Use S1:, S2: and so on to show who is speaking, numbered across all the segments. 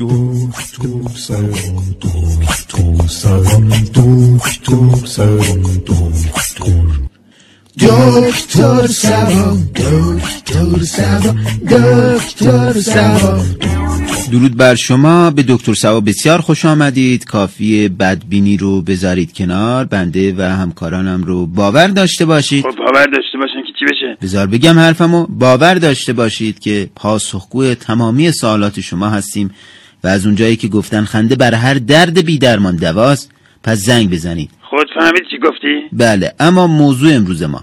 S1: Doktor Salon, Doktor Salon, Doktor Salon, Doktor. Doktor Salon, Doktor Salon, Doktor Salon.
S2: درود بر شما به دکتر سوا بسیار خوش آمدید کافی بدبینی رو بذارید کنار بنده و همکارانم رو باور داشته باشید
S3: خب باور داشته باشن که چی بشه
S2: بذار بگم حرفمو باور داشته باشید که پاسخگوی تمامی سوالات شما هستیم و از اونجایی که گفتن خنده بر هر درد بی درمان دواست پس زنگ بزنید
S3: خود فهمید خب، چی گفتی
S2: بله اما موضوع امروز ما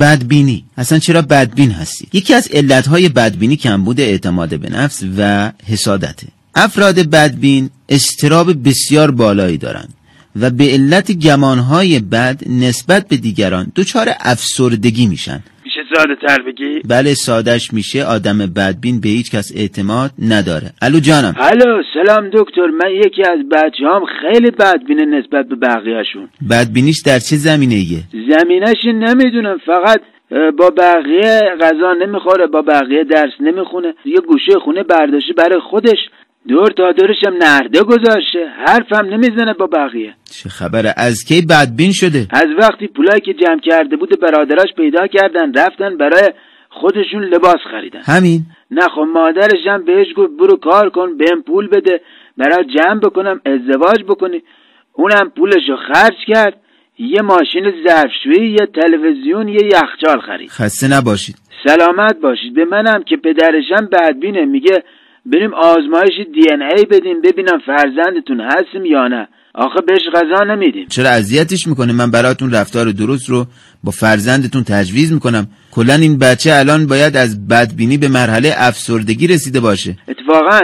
S2: بدبینی اصلا چرا بدبین هستی یکی از علتهای بدبینی کمبود اعتماد به نفس و حسادته افراد بدبین استراب بسیار بالایی دارند و به علت گمانهای بد نسبت به دیگران دچار افسردگی میشن
S3: میشه ساده تر بگی
S2: بله سادش میشه آدم بدبین به هیچ کس اعتماد نداره الو جانم
S3: الو سلام دکتر من یکی از بچه هم خیلی بدبینه نسبت به بقیهشون
S2: بدبینیش در چه زمینه ایه؟
S3: زمینش نمیدونم فقط اه، با بقیه غذا نمیخوره با بقیه درس نمیخونه یه گوشه خونه برداشته برای خودش دور تا دورشم نرده گذاشته حرفم نمیزنه با بقیه
S2: چه خبره از کی بدبین شده
S3: از وقتی پولایی که جمع کرده بود برادراش پیدا کردن رفتن برای خودشون لباس خریدن
S2: همین
S3: نه خب مادرش هم بهش گفت برو کار کن بهم پول بده برای جمع بکنم ازدواج بکنی اونم پولشو خرج کرد یه ماشین ظرفشویی یه تلویزیون یه یخچال خرید
S2: خسته نباشید
S3: سلامت باشید به منم که پدرشم بدبینه میگه بریم آزمایش دی ان ای بدیم ببینم فرزندتون هستیم یا نه آخه بهش غذا نمیدیم
S2: چرا اذیتش میکنه من براتون رفتار درست رو با فرزندتون تجویز میکنم کلا این بچه الان باید از بدبینی به مرحله افسردگی رسیده باشه
S3: اتفاقا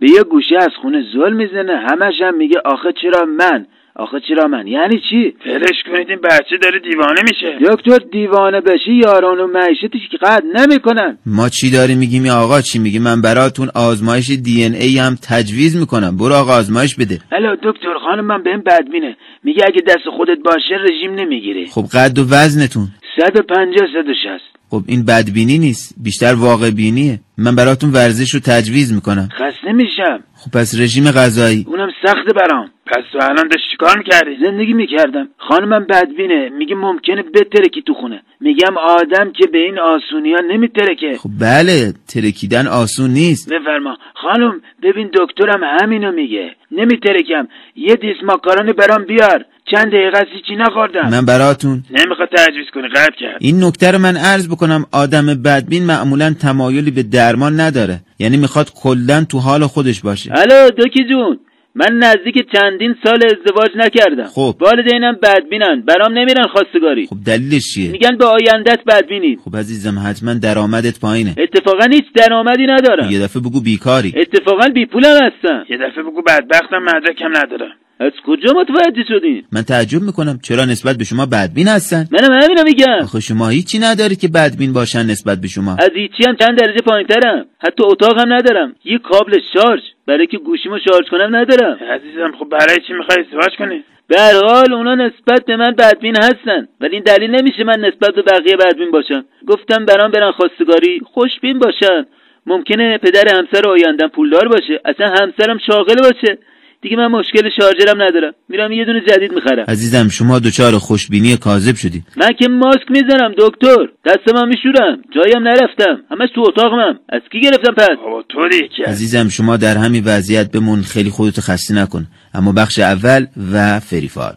S3: به یه گوشه از خونه زل میزنه همش هم میگه آخه چرا من آخه چرا من یعنی چی
S4: ولش کنید این بچه داره دیوانه میشه
S3: دکتر دیوانه بشی یاران و معیشتش که قد نمیکنن
S2: ما چی داری میگیم یا آقا چی میگی من براتون آزمایش دی ان ای هم تجویز میکنم برو آقا آزمایش بده
S3: الو دکتر خانم من بهم بدبینه میگه اگه دست خودت باشه رژیم نمیگیری
S2: خب قد و وزنتون
S3: 150 160
S2: خب این بدبینی نیست بیشتر واقع بینیه من براتون ورزش رو تجویز میکنم
S3: خسته میشم
S2: خب پس رژیم غذایی
S3: اونم سخت برام
S4: پس تو الان داشت چیکار میکردی
S3: زندگی میکردم خانمم بدبینه میگه ممکنه بترکی تو خونه میگم آدم که به این آسونیا نمیترکه
S2: خب بله ترکیدن آسون نیست
S3: بفرما خانم ببین دکترم همینو میگه نمیترکم یه دیس ماکارونی برام بیار چند دقیقه از هیچی نخوردم
S2: من براتون
S4: نمیخواد تجویز کنی قد کرد
S2: این نکته رو من عرض بکنم آدم بدبین معمولا تمایلی به درمان نداره یعنی میخواد کلا تو حال خودش باشه
S3: الو دکی جون من نزدیک چندین سال ازدواج نکردم
S2: خب.
S3: والدینم بدبینن برام نمیرن خواستگاری
S2: خب دلیلش چیه
S3: میگن به آیندت بدبینی
S2: خب عزیزم حتما درآمدت پایینه
S3: اتفاقا هیچ درآمدی ندارم
S2: یه دفعه بگو بیکاری
S3: اتفاقا بی پولم هستم
S4: یه دفعه بگو بدبختم مدرکم ندارم
S3: از کجا متوجه شدین
S2: من تعجب میکنم چرا نسبت به شما بدبین هستن
S3: منم همینو میگم
S2: آخه شما هیچی نداری که بدبین باشن نسبت به شما
S3: از هیچی هم چند درجه پایینترم حتی اتاقم ندارم یه کابل شارژ برای که گوشیمو شارژ کنم ندارم
S4: عزیزم خب برای چی میخوای ازدواج کنی
S3: به هر حال اونا نسبت به من بدبین هستن ولی این دلیل نمیشه من نسبت به بقیه بدبین باشم گفتم برام برن خواستگاری خوشبین باشن ممکنه پدر همسر آیندم پولدار باشه اصلا همسرم شاغل باشه دیگه من مشکل شارژرم ندارم میرم یه دونه جدید میخرم
S2: عزیزم شما دچار خوشبینی کاذب شدید
S3: من که ماسک میزنم دکتر دستم هم میشورم جایم نرفتم همش تو اتاقمم از کی گرفتم پس
S4: بابا تو یکی از
S2: عزیزم شما در همین وضعیت بمون خیلی خودتو خسته نکن اما بخش اول و فریفار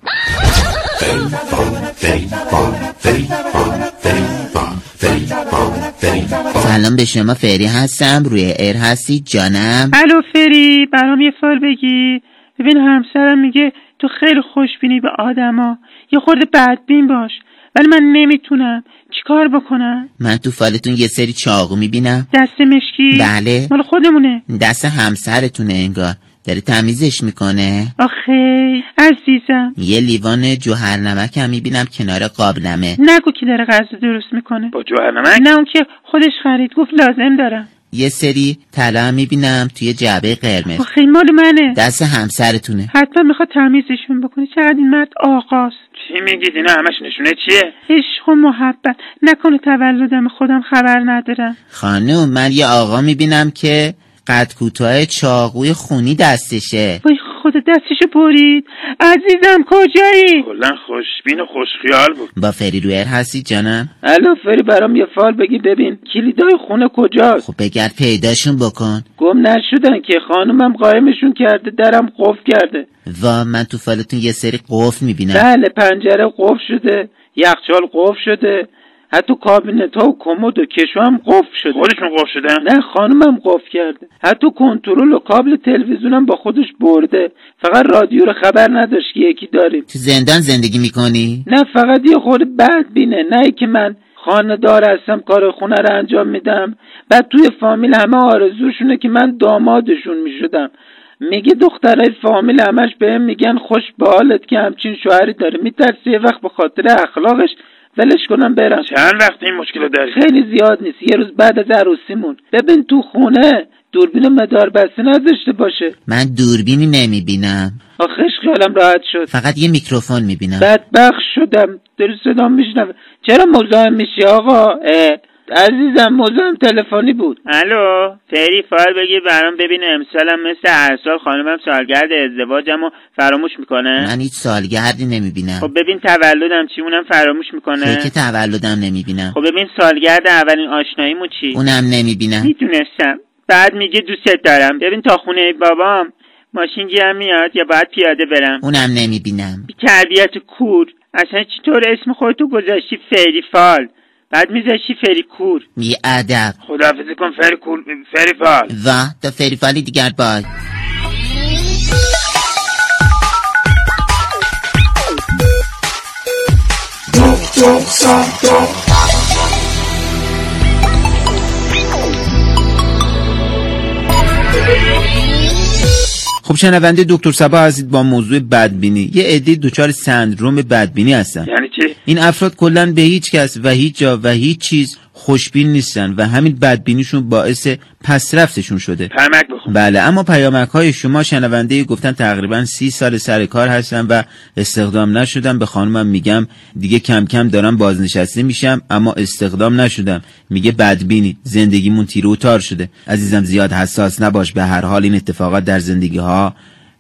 S2: سلام به شما فری هستم روی ایر هستی جانم
S5: الو فری برام یه سال بگی ببین همسرم میگه تو خیلی خوشبینی به آدما یه خورده بدبین باش ولی من نمیتونم چیکار بکنم
S2: من تو فالتون یه سری چاقو میبینم
S5: دست مشکی
S2: بله.
S5: مال خودمونه
S2: دست همسرتونه انگار داره تمیزش میکنه
S5: آخه عزیزم
S2: یه لیوان جوهرنمک هم میبینم کنار قابلمه
S5: نگو که داره غذا درست میکنه
S4: با جوهرنمک
S5: نه اون که خودش خرید گفت لازم دارم
S2: یه سری طلا هم میبینم توی جعبه قرمز
S5: آخه این مال منه
S2: دست همسرتونه
S5: حتما میخواد تمیزشون بکنه چقدر این مرد آقاست
S4: چی میگید اینا همش نشونه چیه
S5: عشق و محبت نکنه تولدم خودم خبر ندارم
S2: خانم من یه آقا میبینم که قد کوتاه چاقوی خونی دستشه
S5: وای خدا دستشو برید عزیزم کجایی
S6: کلا خوشبین و خوشخیال بود
S2: با فریرویر هستی جانم
S7: الو فری برام یه فال بگی ببین کلیدای خونه کجاست
S2: خب بگرد پیداشون بکن
S7: گم نشدن که خانومم قایمشون کرده درم قفل کرده
S2: و من تو فالتون یه سری قفل میبینم
S7: بله پنجره قفل شده یخچال قفل شده حتی کابینت ها و کمد و کشو هم قفل شده
S6: خودشون قف شدن
S7: نه خانمم قفل کرده حتی کنترل و کابل تلویزیونم با خودش برده فقط رادیو رو خبر نداشت که یکی داریم
S2: تو زندان زندگی میکنی؟
S7: نه فقط یه خورده بد بینه نه که من خانه دار هستم کار خونه رو انجام میدم بعد توی فامیل همه آرزوشونه که من دامادشون میشدم میگه دخترای فامیل همش بهم میگن خوش به حالت که همچین شوهری داره میترسه یه وقت به خاطر اخلاقش ولش کنم برم
S6: چند وقت این مشکل رو داری
S7: خیلی زیاد نیست یه روز بعد از عروسیمون ببین تو خونه دوربین مدار بسته نداشته باشه
S2: من دوربینی نمیبینم
S7: آخش خیالم راحت شد
S2: فقط یه میکروفون میبینم
S8: بله.
S7: بدبخت شدم داری صدام میشنم چرا مزاحم میشی آقا اه، عزیزم مزاحم تلفنی بود
S8: الو فری فایل بگیر برام ببین امسالم مثل هر سال خانمم سالگرد ازدواجم و فراموش میکنه
S2: من هیچ سالگردی نمیبینم
S8: خب ببین تولدم چی اونم فراموش میکنه
S2: کیک تولدم نمیبینم
S8: خب ببین سالگرد اولین آشناییمو چی
S2: اونم نمیبینم
S8: میدونستم بعد میگه دوستت دارم ببین تا خونه بابام ماشین گیرم میاد یا باید پیاده برم
S2: اونم نمیبینم
S8: بی تربیت کور اصلا چطور اسم خودتو گذاشتی فری فال بعد میذاشتی فری کور
S2: بی ادب
S6: خداحافظی کن فری کول فری فال
S2: و تا فریفالی دیگر بای
S1: دکتر صادق
S2: خب شنونده دکتر سبا هستید با موضوع بدبینی یه عده دچار سندروم بدبینی هستن
S6: یعنی چی
S2: این افراد کلا به هیچ کس و هیچ جا و هیچ چیز خوشبین نیستن و همین بدبینیشون باعث پسرفتشون شده
S6: پرمک بخون
S2: بله اما پیامک های شما شنونده گفتن تقریبا سی سال سر کار هستم و استخدام نشدم به خانمم میگم دیگه کم کم دارم بازنشسته میشم اما استخدام نشدم میگه بدبینی زندگیمون تیرو تار شده عزیزم زیاد حساس نباش به هر حال این اتفاقات در زندگی ها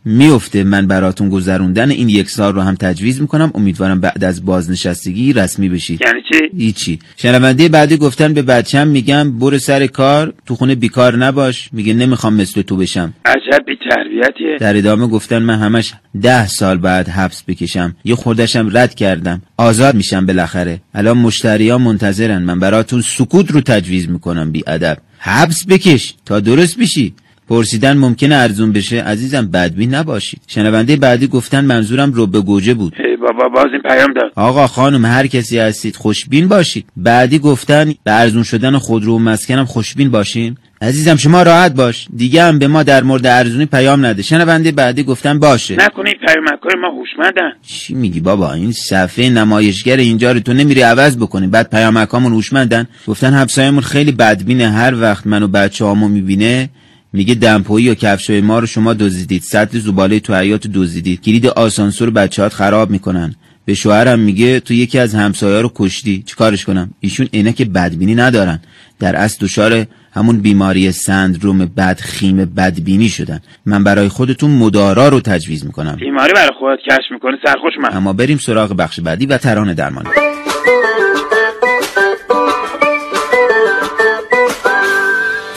S2: میفته من براتون گذروندن این یک سال رو هم تجویز میکنم امیدوارم بعد از بازنشستگی رسمی بشید
S6: یعنی چی
S2: هیچی شنونده بعدی گفتن به بچم میگم برو سر کار تو خونه بیکار نباش میگه نمیخوام مثل تو بشم
S6: عجب بی تربیتیه
S2: در ادامه گفتن من همش ده سال بعد حبس بکشم یه خوردشم رد کردم آزاد میشم بالاخره الان مشتری ها منتظرن من براتون سکوت رو تجویز میکنم بی ادب حبس بکش تا درست بشی پرسیدن ممکنه ارزون بشه عزیزم بدبین نباشید شنونده بعدی گفتن منظورم رو به گوجه بود
S6: ای بابا باز این پیام داد
S2: آقا خانم هر کسی هستید خوشبین باشید بعدی گفتن به ارزون شدن خودرو و مسکنم خوشبین باشیم عزیزم شما راحت باش دیگه هم به ما در مورد ارزونی پیام نده شنونده بعدی گفتن باشه
S6: نکنه این پیامک های ما هوشمندن
S2: چی میگی بابا این صفحه نمایشگر اینجا رو تو نمیری عوض بکنی بعد پیامکامون هوشمندن گفتن همسایمون خیلی بدبینه هر وقت منو بچه‌هامو میبینه میگه دمپایی یا کفشای ما رو شما دزدیدید سطل زباله تو حیات رو دزدیدید کلید آسانسور بچه‌هات خراب میکنن به شوهرم میگه تو یکی از همسایه رو کشتی چیکارش کنم ایشون عینک بدبینی ندارن در اصل دچار همون بیماری سندروم بدخیم بدبینی شدن من برای خودتون مدارا رو تجویز میکنم
S6: بیماری برای خودت کشف میکنه سرخوش من
S2: اما بریم سراغ بخش بعدی و ترانه درمانی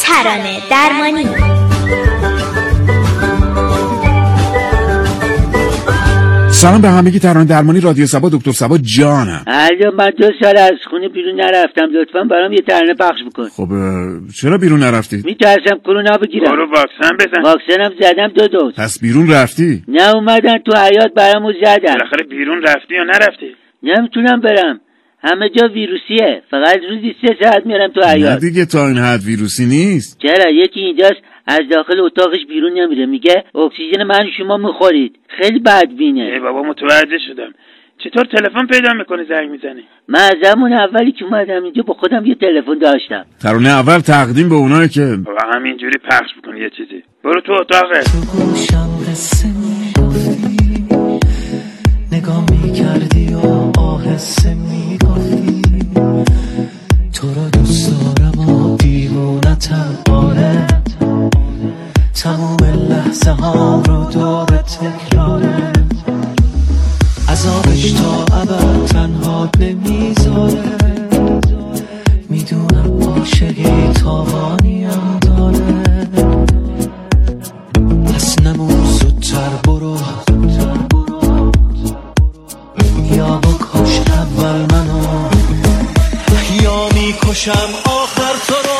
S9: ترانه درمانی
S1: سلام به همگی ترانه درمانی رادیو سبا دکتر سبا جانم
S7: الو من دو سال از خونه بیرون نرفتم لطفا برام یه ترانه پخش بکن
S1: خب اه، چرا بیرون نرفتی؟
S7: میترسم کرونا بگیرم
S6: برو واکسن بزن
S7: واکسنم زدم دو دوز
S1: پس بیرون رفتی؟
S7: نه اومدن تو حیات برامو زدن
S6: بالاخره بیرون رفتی یا نرفتی
S7: نمیتونم برم همه جا ویروسیه فقط روزی سه ساعت میرم تو
S1: نه
S7: حیات
S1: دیگه تا این حد ویروسی نیست
S7: چرا یکی اینجاست از داخل اتاقش بیرون نمیره میگه اکسیژن من و شما میخورید خیلی
S6: ای
S7: بدبینه
S6: بابا متوجه شدم چطور تلفن پیدا میکنی زنگ میزنی
S7: من از همون اولی که اومدم اینجا با خودم یه تلفن داشتم
S1: ترانه اول تقدیم به اونایی که
S6: بابا همینجوری پخش میکنی یه چیزی برو تو اتاقه
S10: تو گوشم قصه میگفتی نگاه میکردی و آهسته میگفتی تو رو دوست دارم و دیوونتم آره لحظه ها رو داره تکراره عذابش تا ابد تنها نمیذاره میدونم عاشقی تاوانیم داره پس نمون زودتر برو یا بکش اول منو یا میکشم آخر تو رو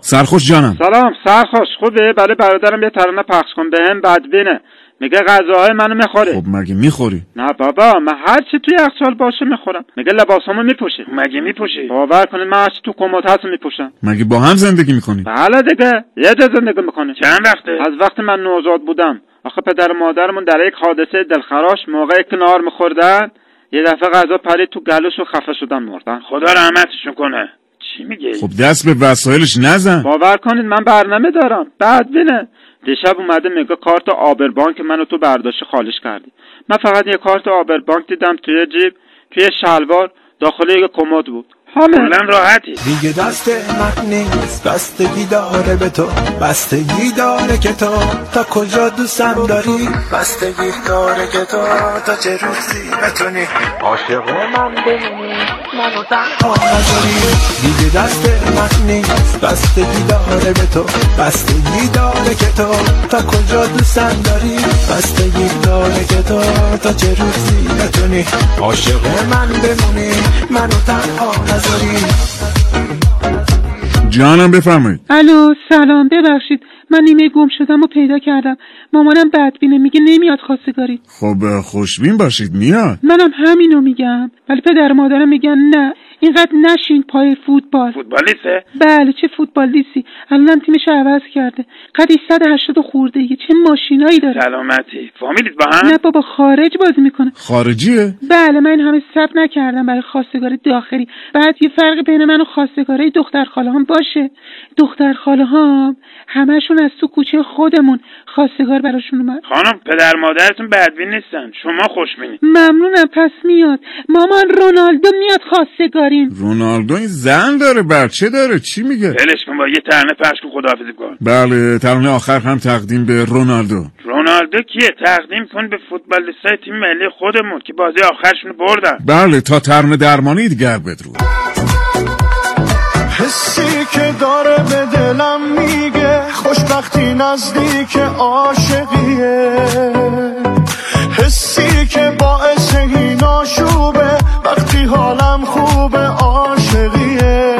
S1: سرخوش جانم
S4: سلام سرخوش خوبه برای برادرم یه ترانه پخش کن بهم بدبینه میگه غذاهای منو میخوره
S1: خب مگه میخوری
S4: نه بابا من هر چی توی یخچال باشه میخورم میگه لباسامو میپوشه
S8: مگه میپوشی
S4: باور کنید من هر چی تو کمد هست میپوشم
S1: مگه با هم زندگی میکنی
S4: بله دیگه یه جا زندگی میکنه
S8: چند وقته
S4: از وقتی من نوزاد بودم آخه پدر و مادرمون در یک حادثه دلخراش موقع که نهار میخوردن یه دفعه غذا پرید تو گلوش و خفه شدن مردن
S8: خدا رحمتشون کنه چی میگی
S1: خب دست به وسایلش نزن
S4: باور کنید من برنامه دارم بدبینه دیشب اومده میگه کارت آبر بانک منو تو برداشت خالص کردی من فقط یه کارت آبر بانک دیدم توی جیب توی شلوار داخل یک کمد بود همه
S8: کلا راحتی
S11: دیگه دست من نیست بستگی داره به تو بستگی داره که تو تا کجا دوستم داری بستگی داره که تو تا چه روزی بتونی عاشق من بمونی منو تنها نداری دیگه دست من نیست بستگی داره به تو بستگی داره که تو تا کجا دوستم داری بستگی داره که تو تا چه روزی بتونی عاشق من بمونی منو تنها نداری
S1: جانم بفرمایید
S5: الو سلام ببخشید من نیمه گم شدم و پیدا کردم مامانم بدبینه میگه نمیاد خواستگاری
S1: خب خوشبین باشید میاد
S5: منم همینو میگم ولی پدر و مادرم میگن نه اینقدر نشین پای فوتبال
S8: فوتبالیسته
S5: بله چه فوتبالیستی الانم تیمش عوض کرده قد 180 خورده یه چه ماشینایی داره
S8: سلامتی فامیلیت با هم
S5: نه بابا خارج بازی میکنه
S1: خارجیه
S5: بله من این همه ثبت نکردم برای خواستگار داخلی بعد یه فرق بین من و خواستگارای دختر خاله هم باشه دختر خاله هم همشون از تو کوچه خودمون خواستگار براشون اومد
S8: خانم پدر مادرتون بدبین نیستن شما خوشبینی
S5: ممنونم پس میاد مامان رونالدو میاد خواستگاریم
S1: رونالدو این زن داره بچه داره چی میگه
S8: ولش کن با یه ترنه پخش کن خداحافظی کن
S1: بله ترانه آخر هم تقدیم به رونالدو
S8: رونالدو کیه تقدیم کن به فوتبالیستای تیم ملی خودمون که بازی آخرشون رو بردن
S1: بله تا ترم درمانی دیگر بدرود
S11: حسی که داره به دلم میگه خوشبختی نزدیک عاشقیه حسی که باعث این آشوبه وقتی حالم خوبه عاشقیه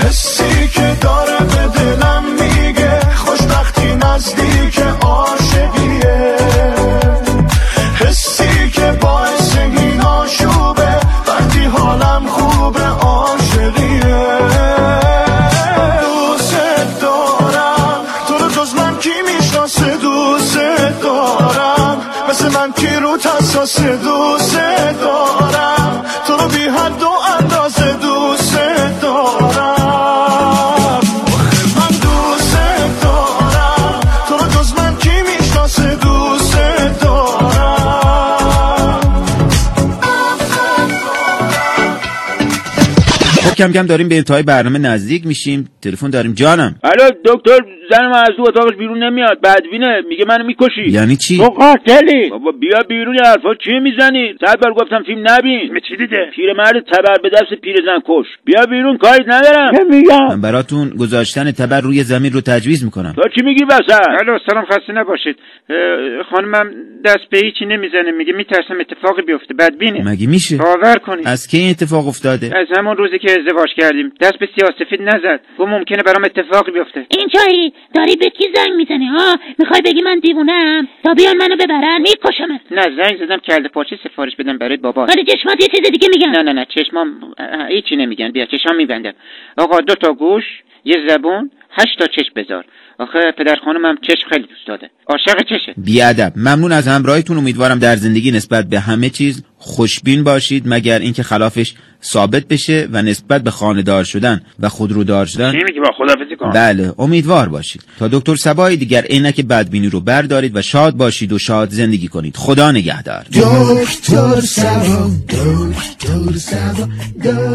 S11: حسی که داره به دلم میگه خوشبختی نزدیک عاشقیه حسی که باعث این آشوبه وقتی حالم خوبه عاشقیه دوست دارم تو رو جز من کی میشناسه دوست دارم مثل من کی رو تساسه دوست دارم تو رو بی حد و اندازه دوست دارم آخه من دوست دارم تو رو جز من کی میشناسه دوست دارم
S2: خب کم کم داریم به انتهای برنامه نزدیک میشیم تلفن داریم جانم
S3: الو دکتر زن من از تو اتاقش بیرون نمیاد بدبینه میگه منو میکشی
S2: یعنی چی
S3: تو قاتلی بابا بیا بیرون این حرفا چی میزنی صد بار گفتم فیلم نبین
S8: به چی دیده
S3: پیرمرد تبر به دست پیرزن کش بیا بیرون کاریت ندارم نمیگم
S2: من براتون گذاشتن تبر روی زمین رو تجویز میکنم
S3: تو چی میگی وسط
S4: الو سلام بله، خسته نباشید اه، خانمم دست به هیچی نمیزنه میگه میترسم اتفاقی بیفته بدبینه
S2: مگه میشه
S4: باور کنید
S2: از کی این اتفاق افتاده
S4: از همون روزی که ازدواج کردیم دست به سیاسفید نزد گفت ممکنه برام اتفاقی بیفته
S12: این چایی داری به کی زنگ میزنی ها میخوای بگی من دیوونم تا بیان منو ببرن میکشمت
S4: نه زنگ زدم کله پاچه سفارش بدم برای بابا
S12: ولی چشمات یه چیز دیگه میگن
S4: نه نه نه چشمام اه، اه، هیچی نمیگن بیا چشمام میبندم آقا دو تا گوش یه زبون هشت تا چشم بذار آخه پدر خانمم چشم خیلی دوست داره عاشق چشه
S2: بیادب ممنون از همراهیتون امیدوارم در زندگی نسبت به همه چیز خوشبین باشید مگر اینکه خلافش ثابت بشه و نسبت به خاندار شدن و خودرودار شدن
S8: چی میگی با خداحافظی کن
S2: بله امیدوار باشید تا دکتر سبایی دیگر عینک بدبینی رو بردارید و شاد باشید و شاد زندگی کنید خدا نگهدار
S11: دکتر سبا دکتر سبا